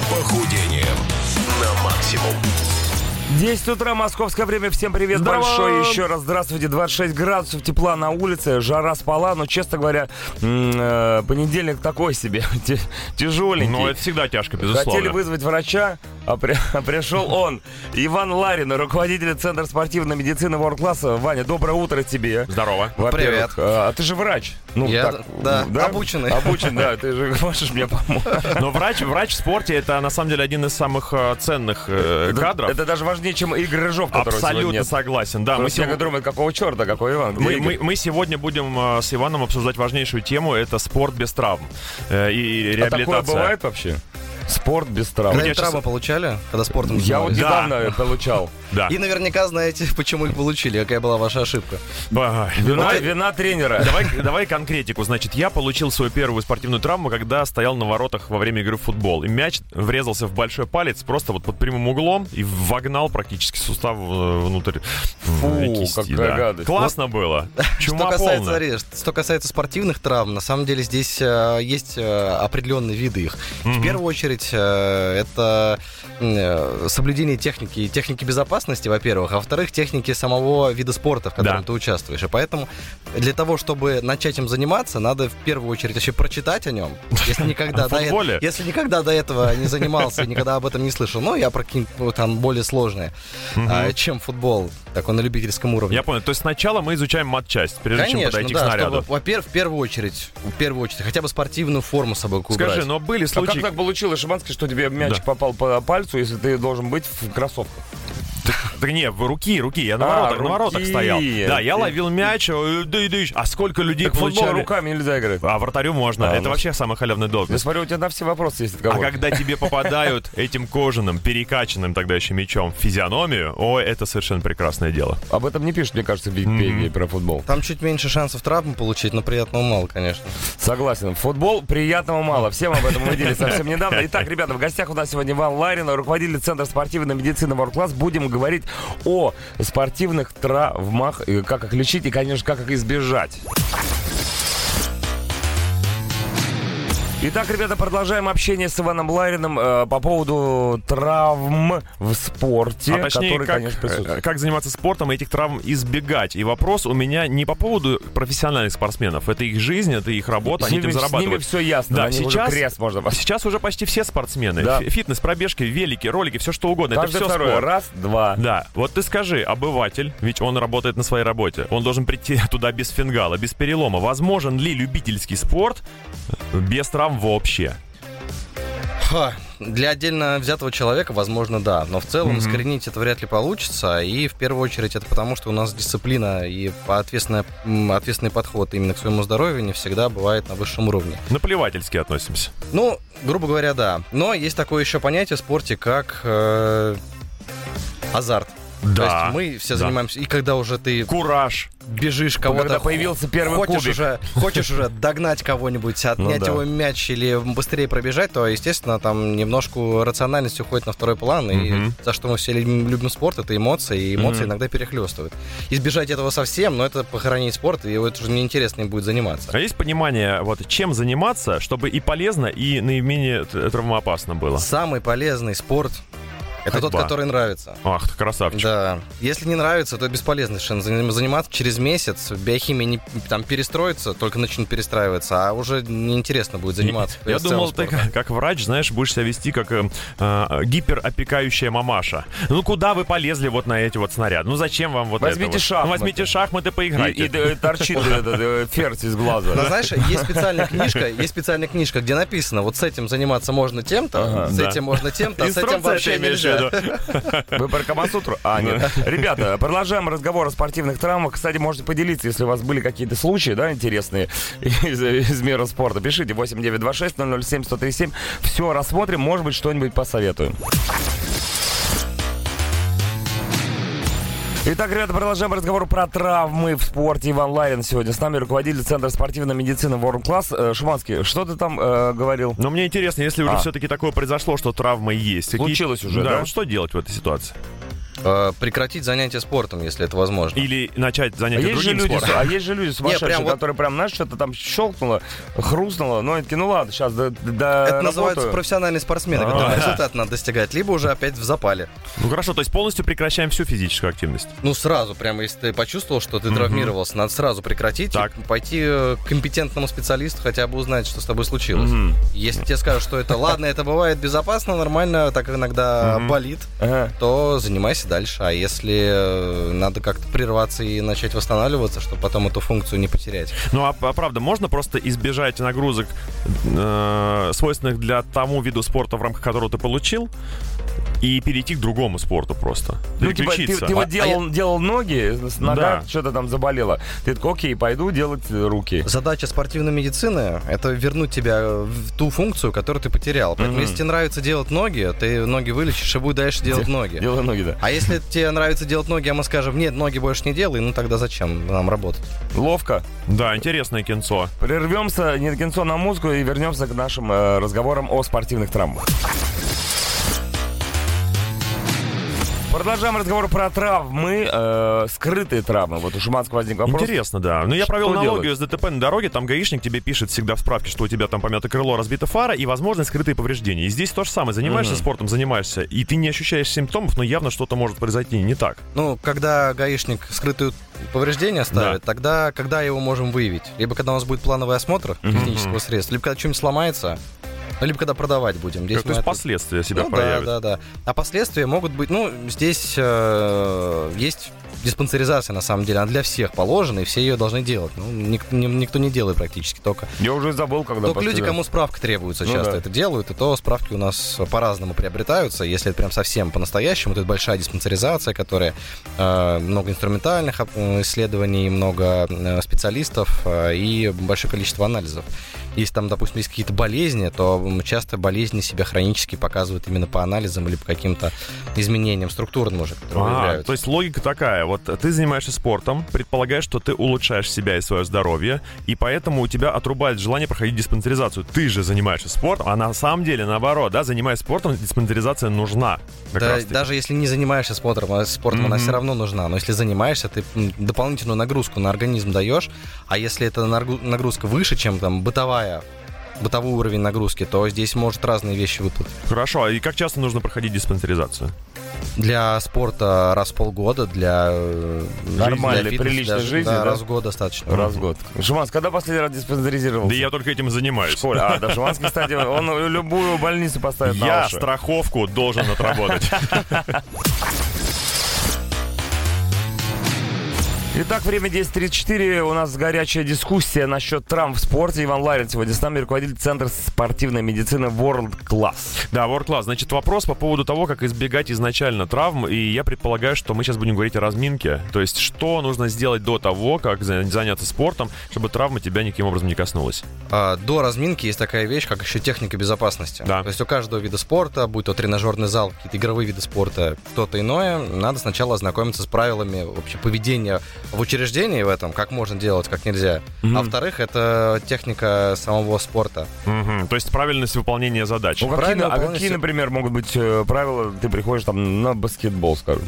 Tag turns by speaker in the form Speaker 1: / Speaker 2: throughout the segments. Speaker 1: похудением на максимум.
Speaker 2: 10 утра, московское время. Всем привет
Speaker 3: Здорово.
Speaker 2: большой еще раз. Здравствуйте. 26 градусов тепла на улице. Жара спала, но, честно говоря, м, э, понедельник такой себе. те- Тяжеленький.
Speaker 3: Ну, это всегда тяжко, безусловно.
Speaker 2: Хотели вызвать врача, а, при- а пришел он. Иван Ларин, руководитель Центра спортивной медицины World Class. Ваня, доброе утро тебе.
Speaker 3: Здорово.
Speaker 2: Во-первых,
Speaker 4: Привет.
Speaker 2: А ты же врач. Ну,
Speaker 4: Я, да, обученный.
Speaker 2: Обучен, да. Ты же можешь мне помочь.
Speaker 3: Но врач, врач в спорте это на самом деле один из самых э, ценных э, кадров.
Speaker 2: Это даже важнее, чем Игорь Рыжов, который сегодня
Speaker 3: Абсолютно
Speaker 2: нет.
Speaker 3: согласен. Да, мы,
Speaker 2: Мы
Speaker 3: сего-
Speaker 2: все думают, какого черта, какой Иван? где
Speaker 3: мы,
Speaker 2: Игорь?
Speaker 3: мы- мы сегодня будем э, с Иваном обсуждать важнейшую тему. Это спорт без травм э, и
Speaker 2: А такое
Speaker 3: реабилитация.
Speaker 2: бывает вообще? Спорт без травм.
Speaker 3: Мне
Speaker 4: Когда травмы получали, когда спортом
Speaker 2: Я вот
Speaker 4: занимались?
Speaker 3: Да.
Speaker 2: недавно получал.
Speaker 3: Да.
Speaker 4: И наверняка знаете, почему их получили, какая была ваша ошибка.
Speaker 3: Ай,
Speaker 2: Вина,
Speaker 3: Ну, давай-
Speaker 2: вина тренера. А
Speaker 3: Давай, давай конкретику. Значит, я получил свою первую спортивную травму, когда стоял на воротах во время игры в футбол. И мяч врезался в большой палец просто вот под прямым углом и вогнал практически сустав э, внутрь.
Speaker 2: Фу,
Speaker 3: кисти,
Speaker 2: какая
Speaker 3: да.
Speaker 2: гадость.
Speaker 3: Классно было. Чума
Speaker 4: что касается,
Speaker 3: полная.
Speaker 4: смотри, что касается спортивных травм, на самом деле здесь э, есть э, определенные виды их. В первую очередь э, это э, соблюдение техники, и техники безопасности, во-первых, а во-вторых, техники самого вида спорта, в котором
Speaker 3: Да.
Speaker 4: ты участвуешь. И поэтому для того, чтобы начать им заниматься, надо в первую очередь еще прочитать о нем. Если никогда,
Speaker 3: О
Speaker 4: до,
Speaker 3: футболе?
Speaker 4: э- если никогда до этого не занимался, и никогда об этом не слышал, ну, я про какие-нибудь ну, там более сложные, а, чем футбол, такой на любительском уровне.
Speaker 3: Я понял. То есть сначала мы изучаем матчасть, прежде чем
Speaker 4: Конечно,
Speaker 3: подойти
Speaker 4: да,
Speaker 3: к снаряду.
Speaker 4: чтобы, во-первых, в первую очередь, в первую очередь, хотя бы спортивную форму с собой
Speaker 3: Скажи, ну но
Speaker 4: убрать.
Speaker 3: были
Speaker 2: А как
Speaker 3: случаи...
Speaker 2: так получилось, Шиманский, что тебе мяч
Speaker 3: Да.
Speaker 2: попал по пальцу, если ты должен быть в кроссовках?
Speaker 3: Да не, в- руки, руки, я на
Speaker 2: А,
Speaker 3: воротах,
Speaker 2: руки.
Speaker 3: на воротах стоял. Да, я
Speaker 2: Ты-
Speaker 3: ловил мяч, э, да и да и- А сколько людей
Speaker 2: В футбол
Speaker 3: получали?
Speaker 2: руками нельзя играть.
Speaker 3: А вратарю можно.
Speaker 2: А,
Speaker 3: Это
Speaker 2: ну.
Speaker 3: вообще самый халявный должность.
Speaker 2: Я смотрю, у тебя на все вопросы есть от
Speaker 3: А
Speaker 2: кого.
Speaker 3: когда тебе попадают этим кожаным, перекачанным тогда еще мечом в физиономию, о, это совершенно прекрасное дело.
Speaker 2: Об этом не пишут, мне кажется, в Википедии про футбол.
Speaker 4: Там чуть меньше шансов травм получить, но приятного мало, конечно.
Speaker 2: Согласен. Футбол приятного мало. Всем об этом увидели совсем недавно. Итак, ребята, в гостях у нас сегодня Иван Ларин, руководитель Центра спортивной медицины World Class. Будем говорить о спортивных травмах, э, как их лечить и, конечно, как их избежать. Итак, ребята, продолжаем общение с Иваном Лариным э, по поводу травм в спорте,
Speaker 3: а точнее,
Speaker 2: которые,
Speaker 3: как,
Speaker 2: конечно, присутствуют.
Speaker 3: э, как заниматься спортом и этих травм избегать. И вопрос у меня не по поводу профессиональных спортсменов. Это их жизнь, это их работа,
Speaker 2: С
Speaker 3: они
Speaker 2: ними,
Speaker 3: этим
Speaker 2: с ними
Speaker 3: зарабатывают.
Speaker 2: все ясно.
Speaker 3: Да,
Speaker 2: на них уже
Speaker 3: сейчас-
Speaker 2: крест можно поставить.
Speaker 3: Сейчас уже почти все спортсмены.
Speaker 2: Да.
Speaker 3: Фи- Фитнес, пробежки, велики, ролики, все что угодно.
Speaker 2: Каждый
Speaker 3: это все
Speaker 2: второй.
Speaker 3: спорт.
Speaker 2: Раз, два.
Speaker 3: Да, вот ты скажи, обыватель, ведь он работает на своей работе, он должен прийти туда без фингала, без перелома. Возможен ли любительский спорт без травм вообще?
Speaker 4: Ха, Для отдельно взятого человека, возможно, да, но в целом искоренить это вряд ли получится, и в первую очередь это потому, что у нас дисциплина и ответственная, м, ответственный подход именно к своему здоровью не всегда бывает на высшем уровне.
Speaker 3: Наплевательски относимся.
Speaker 4: Ну, грубо говоря, да. Но есть такое еще понятие в спорте, как э, азарт.
Speaker 3: Да.
Speaker 4: То есть мы все
Speaker 3: Да.
Speaker 4: занимаемся, и когда уже ты
Speaker 3: Кураж.
Speaker 4: бежишь кого-то.
Speaker 2: Когда появился первый
Speaker 4: хочешь
Speaker 2: кубик. Ну
Speaker 4: Уже, хочешь уже догнать кого-нибудь, отнять
Speaker 2: да.
Speaker 4: его мяч или быстрее пробежать, то, естественно, там немножко рациональность уходит на второй план.
Speaker 3: Мгм.
Speaker 4: И за что мы все любим, любим спорт, это эмоции, и эмоции иногда перехлестывают. Избежать этого совсем, но это похоронить спорт, и вот уже неинтересно им будет заниматься.
Speaker 3: А есть понимание, вот чем заниматься, чтобы и полезно, и наименее т- травмоопасно было?
Speaker 4: Самый полезный спорт — это тот,
Speaker 3: Ходьба.
Speaker 4: который нравится.
Speaker 3: Ах, ты красавчик.
Speaker 4: Да. Если не нравится, то бесполезно совершенно заним- заниматься. Через месяц биохимия не, там перестроится, только начнет перестраиваться, а уже неинтересно будет заниматься.
Speaker 3: Я
Speaker 4: с целым
Speaker 3: думал, ты
Speaker 4: спортом.
Speaker 3: как, как врач, знаешь, будешь себя вести как э, э, гиперопекающая мамаша. Ну куда вы полезли вот на эти вот снаряды? Ну зачем вам вот
Speaker 2: Возьмите
Speaker 3: это? вот?
Speaker 2: шахматы.
Speaker 3: Ну, возьмите шахматы,
Speaker 2: И,
Speaker 3: поиграйте.
Speaker 2: и, э, торчит этот э, ферзь из глаза.
Speaker 4: Но знаешь, есть специальная книжка, есть специальная книжка, где написано, вот с этим заниматься можно тем-то,
Speaker 2: Ага,
Speaker 4: с
Speaker 3: да.
Speaker 4: этим можно тем-то, а с этим
Speaker 3: Инструкция ты
Speaker 4: вообще
Speaker 3: имеешь в
Speaker 4: нельзя.
Speaker 3: виду?
Speaker 2: Вы про Камасутру? А, нет. Ребята, продолжаем разговор о спортивных травмах. Кстати, можете поделиться, если у вас были какие-то случаи, да, интересные из, из мира спорта. Пишите 8926 007 137. Все рассмотрим, может быть, что-нибудь посоветуем. Итак, ребята, продолжаем разговор про травмы в спорте. Иван Ларин сегодня с нами, руководитель Центра спортивной медицины World Class. Э, Шуманский, что ты там э, говорил?
Speaker 3: Но мне интересно, если
Speaker 2: А.
Speaker 3: уже все-таки такое произошло, что травма есть. какие-
Speaker 2: Случилось уже, да?
Speaker 3: вот Что делать в этой ситуации?
Speaker 4: э, прекратить занятие спортом, если это возможно.
Speaker 3: Или начать
Speaker 2: А
Speaker 3: занятие
Speaker 2: есть, же
Speaker 3: другим
Speaker 2: люди,
Speaker 3: спортом.
Speaker 2: с- а есть же люди сумасшедшие,
Speaker 4: прям вот-
Speaker 2: которые прям, знаешь, что-то там щелкнуло, хрустнуло, но они такие, ну ладно, сейчас до, до
Speaker 4: Это называется профессиональные спортсмены,
Speaker 2: А.
Speaker 4: которым результат надо достигать, либо уже опять в запале.
Speaker 3: Ну хорошо, то есть полностью прекращаем всю физическую активность.
Speaker 4: Ну, сразу, прямо если ты почувствовал, что ты травмировался, надо сразу прекратить
Speaker 3: Так.
Speaker 4: и пойти э, к компетентному специалисту, хотя бы узнать, что с тобой случилось.
Speaker 2: Мгм.
Speaker 4: Если тебе скажут, что это ладно, это бывает безопасно, нормально, так иногда
Speaker 3: Мгм.
Speaker 4: болит,
Speaker 2: Ага.
Speaker 4: то занимайся дальше. А если э, надо как-то прерваться и начать восстанавливаться, чтобы потом эту функцию не потерять.
Speaker 3: Ну а, а правда, можно просто избежать нагрузок, э, свойственных для тому виду спорта, в рамках которого ты получил, и перейти к другому спорту просто.
Speaker 2: Ну, типа, ты,
Speaker 3: Переключиться.
Speaker 2: ты
Speaker 4: А
Speaker 2: вот делал, делал ноги, с- нога
Speaker 3: Да.
Speaker 2: что-то там заболела. Ты такой, окей, пойду делать э, руки.
Speaker 4: Задача спортивной медицины — это вернуть тебя э, в ту функцию, которую ты потерял. Поэтому
Speaker 2: Мгм.
Speaker 4: если тебе нравится делать ноги, ты ноги вылечишь и будешь дальше делать ноги.
Speaker 2: Делай ноги, да.
Speaker 4: А если тебе нравится делать ноги, а мы скажем, нет, ноги больше не делай, ну тогда зачем нам работать?
Speaker 2: Ловко.
Speaker 3: Да, интересное кинцо.
Speaker 2: Прервемся, Ниткинсон на музыку и вернемся к нашим э, разговорам о спортивных травмах. Продолжаем разговор про травмы, э, скрытые травмы. Вот у Шуманского возник вопрос.
Speaker 3: Интересно, да. Ну, я провел
Speaker 2: А Что
Speaker 3: аналогию с ДТП на дороге. Там гаишник тебе пишет всегда в справке, что у тебя там помято крыло, разбита фара и, возможно, скрытые повреждения. И здесь то же самое. Занимаешься спортом, занимаешься, и ты не ощущаешь симптомов, но явно что-то может произойти не так.
Speaker 4: Ну, когда гаишник скрытые повреждения ставит, тогда когда его можем выявить? Либо когда у нас будет плановый осмотр технического средства, либо когда что-нибудь сломается, ну, либо когда продавать будем. Здесь
Speaker 3: то
Speaker 4: мы
Speaker 3: есть
Speaker 4: это-
Speaker 3: последствия себя
Speaker 4: Ну, да,
Speaker 3: проявят.
Speaker 4: да, да. А последствия могут быть, ну, здесь э, есть диспансеризация, на самом деле, она для всех положена, и все ее должны делать. Ну, ник- ни- никто не делает практически, только
Speaker 2: Я уже забыл, когда...
Speaker 4: Только люди,
Speaker 2: последний-
Speaker 4: кому справка требуется,
Speaker 2: Ну
Speaker 4: часто
Speaker 2: да.
Speaker 4: это делают, и то справки у нас по-разному приобретаются. Если это прям совсем по-настоящему, то это большая диспансеризация, которая э, много инструментальных оп- исследований, много э, специалистов э, и большое количество анализов. Если там, допустим, есть какие-то болезни, то м, часто болезни себя хронически показывают именно по анализам или по каким-то изменениям структурным уже,
Speaker 3: А,
Speaker 4: которые выявляются.
Speaker 3: то есть логика такая. Вот ты занимаешься спортом, предполагаешь, что ты улучшаешь себя и свое здоровье, и поэтому у тебя отрубает желание проходить диспансеризацию. Ты же занимаешься спортом, а на самом деле наоборот, да, занимаясь спортом, диспансеризация нужна. Как
Speaker 4: Да,
Speaker 3: раз-таки.
Speaker 4: даже если не занимаешься спортом, а спортом она
Speaker 3: Мгм.
Speaker 4: все равно нужна. Но если занимаешься, ты м, дополнительную нагрузку на организм даешь, а если эта наргу- нагрузка выше, чем там бытовая, бытовой уровень нагрузки, то здесь может разные вещи выплатить.
Speaker 3: Хорошо, а и как часто нужно проходить диспансеризацию?
Speaker 4: Для спорта раз в полгода, для э,
Speaker 2: Нормальной,
Speaker 4: для фитнеса
Speaker 2: приличной
Speaker 4: даже,
Speaker 2: жизни, да?
Speaker 4: раз в год достаточно.
Speaker 2: Раз в год. Шуманс, когда последний раз диспансеризировался?
Speaker 3: Да я только этим и занимаюсь.
Speaker 2: В школе. А, да, Шуманский, кстати, он любую больницу поставит на
Speaker 3: Я
Speaker 2: уши.
Speaker 3: страховку должен отработать.
Speaker 2: Итак, время 10.34. У нас горячая дискуссия насчет травм в спорте. Иван Ларин сегодня с нами, руководитель Центра спортивной медицины World Class.
Speaker 3: Да, World Class. Значит, вопрос по поводу того, как избегать изначально травм. И я предполагаю, что мы сейчас будем говорить о разминке. То есть, что нужно сделать до того, как за- заняться спортом, чтобы травма тебя никаким образом не коснулась.
Speaker 4: А, До разминки есть такая вещь, как еще техника безопасности.
Speaker 3: Да.
Speaker 4: То есть у каждого вида спорта, будь то тренажерный зал, какие-то игровые виды спорта, кто-то иное, надо сначала ознакомиться с правилами вообще поведения в учреждении в этом, как можно делать, как нельзя. А во-вторых, это техника самого спорта.
Speaker 3: Мгм. То есть, правильность выполнения задач.
Speaker 2: Ну, какие,
Speaker 4: Правильно,
Speaker 2: а
Speaker 4: полностью.
Speaker 2: какие, например, могут быть э, правила? Ты приходишь там на баскетбол, скажем.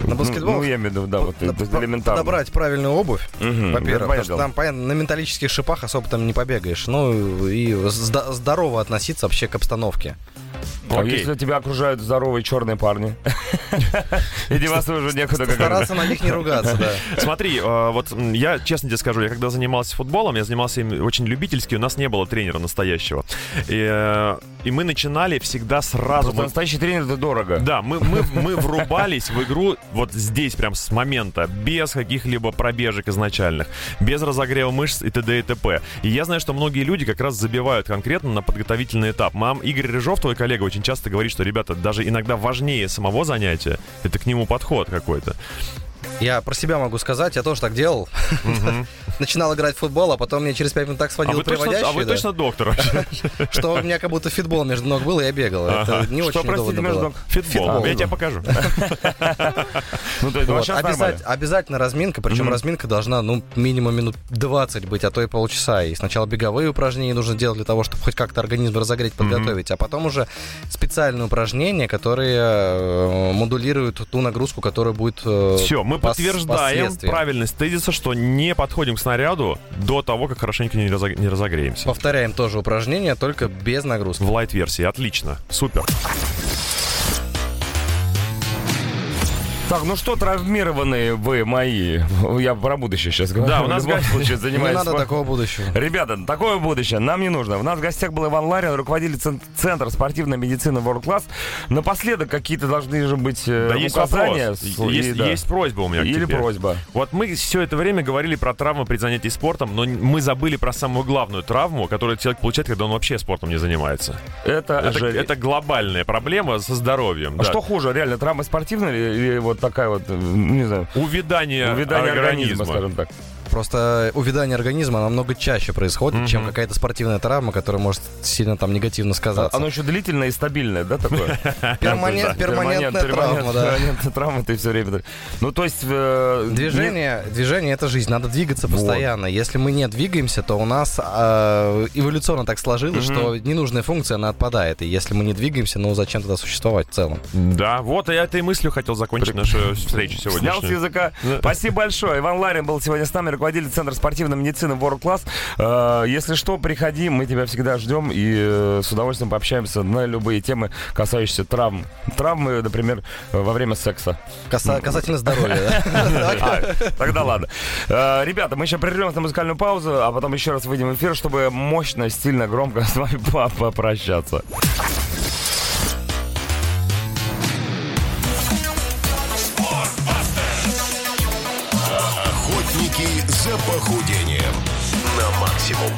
Speaker 4: На
Speaker 2: Ну,
Speaker 4: баскетбол?
Speaker 2: Ну, я имею в виду, да, вот
Speaker 4: Под-
Speaker 2: это
Speaker 4: под-
Speaker 2: элементарно.
Speaker 4: Подобрать правильную обувь,
Speaker 2: Мгм, это
Speaker 4: во-первых, потому
Speaker 2: ну, понятное
Speaker 4: что
Speaker 2: дело.
Speaker 4: там, понятно, на металлических шипах особо там не побегаешь. Ну и зда- здорово относиться вообще к обстановке.
Speaker 2: А
Speaker 3: Окей.
Speaker 2: если тебя окружают здоровые черные парни? И деваться уже некуда, как говорится.
Speaker 4: Стараться на них не ругаться, да.
Speaker 3: Смотри, э, вот м, я честно тебе скажу, я когда занимался футболом, я занимался им очень любительски, у нас не было тренера настоящего. И, э, и мы начинали всегда сразу.
Speaker 2: Просто
Speaker 3: Мы-
Speaker 2: настоящий тренер это дорого.
Speaker 3: Да, мы, мы, мы врубались в игру вот здесь, прям с момента, без каких-либо пробежек изначальных, без разогрева мышц и т.д. и т.п. И я знаю, что многие люди как раз забивают конкретно на подготовительный этап. Мам, Игорь Рыжов, твой коллега, очень часто говорит, что, ребята, даже иногда важнее самого занятия, это к нему подход какой-то.
Speaker 4: Я про себя могу сказать, я тоже так делал. Начинал играть в футбол, а потом мне через 5 минут так
Speaker 3: А
Speaker 4: сводил
Speaker 3: вы, точно, а вы
Speaker 4: приводящий, да,
Speaker 3: точно доктор вообще?
Speaker 4: что у меня как будто фитбол между ног был, и я бегал. Это не
Speaker 2: Что,
Speaker 4: очень
Speaker 2: простите,
Speaker 4: удобно
Speaker 2: между
Speaker 4: было.
Speaker 2: ног?
Speaker 3: Фитбол.
Speaker 4: Фитбол.
Speaker 3: Я тебе покажу.
Speaker 2: Ну, то есть, ну, а
Speaker 4: Вот,
Speaker 2: щас
Speaker 4: обяза-
Speaker 2: нормально.
Speaker 4: Обязательно разминка, причем
Speaker 2: Мгм.
Speaker 4: разминка должна, ну, минимум минут 20 быть, а то и полчаса. И сначала беговые упражнения нужно делать для того, чтобы хоть как-то организм разогреть, подготовить, а потом уже специальные упражнения, которые э, модулируют ту нагрузку, которая будет... э,
Speaker 3: Все, мы подтверждаем
Speaker 4: правильно.
Speaker 3: правильность тезиса, что не подходим к снаряду до того, как хорошенько не разог- не разогреемся.
Speaker 4: Повторяем тоже упражнение, только без нагрузки.
Speaker 3: В лайт-версии. Отлично. Супер.
Speaker 2: Так, ну что, травмированные вы мои? Я про будущее сейчас говорю.
Speaker 3: Да, у нас
Speaker 2: в любом
Speaker 3: га-
Speaker 2: случае
Speaker 4: Не
Speaker 2: занимаюсь
Speaker 4: надо
Speaker 2: спортом.
Speaker 4: такого будущего.
Speaker 2: Ребята, такое будущее нам не нужно. У нас в гостях был Иван Ларин, руководитель цен- Центра спортивной медицины World Class. Напоследок какие-то должны же быть э,
Speaker 3: Да есть
Speaker 2: указания.
Speaker 3: вопрос.
Speaker 2: с- и,
Speaker 3: Есть,
Speaker 2: да.
Speaker 3: есть просьба у меня к
Speaker 2: Или
Speaker 3: тебе.
Speaker 2: просьба.
Speaker 3: Вот мы все это время говорили про травмы при занятии спортом, но мы забыли про самую главную травму, которую человек получает, когда он вообще спортом не занимается.
Speaker 2: Это,
Speaker 3: Это,
Speaker 2: же-
Speaker 3: это глобальная проблема со здоровьем.
Speaker 2: А
Speaker 3: да.
Speaker 2: Что хуже, реально, травма спортивная или, или вот такая вот, э, не знаю,
Speaker 3: Увядание,
Speaker 2: увядание
Speaker 3: организма.
Speaker 2: организма, скажем так.
Speaker 4: Просто увядание организма намного чаще происходит,
Speaker 3: Мгм.
Speaker 4: чем какая-то спортивная травма, которая может сильно там негативно сказаться.
Speaker 2: Э, Оно еще длительное и стабильное, да, такое? Да.
Speaker 4: Перманент- перманентная
Speaker 2: перманент-
Speaker 4: травма, да.
Speaker 2: Перманентная травма, ты все время... Ну, то есть... э,
Speaker 4: Движение, движение это жизнь, надо двигаться
Speaker 2: Вот.
Speaker 4: постоянно. Если мы не двигаемся, то у нас э, эволюционно так сложилось,
Speaker 2: Мгм.
Speaker 4: что ненужная функция она отпадает. И если мы не двигаемся, ну зачем тогда существовать в целом?
Speaker 3: Да, вот я этой мыслью хотел закончить нашу встречу
Speaker 2: не- Снял с
Speaker 3: сегодняшнюю.
Speaker 2: языка. Спасибо большое. Иван Ларин был сегодня с нами, руководитель Центра спортивной медицины World Class. Э, Если что, приходи, мы тебя всегда ждем и э, с удовольствием пообщаемся на любые темы, касающиеся травм. Травмы, например, э, во время секса.
Speaker 4: Каса- касательно здоровья. да?
Speaker 2: А, Тогда ладно. Э, Ребята, мы еще прервемся на музыкальную паузу, а потом еще раз выйдем в эфир, чтобы мощно, стильно, громко с вами по- попрощаться.
Speaker 1: Охотники за похудением на максимум.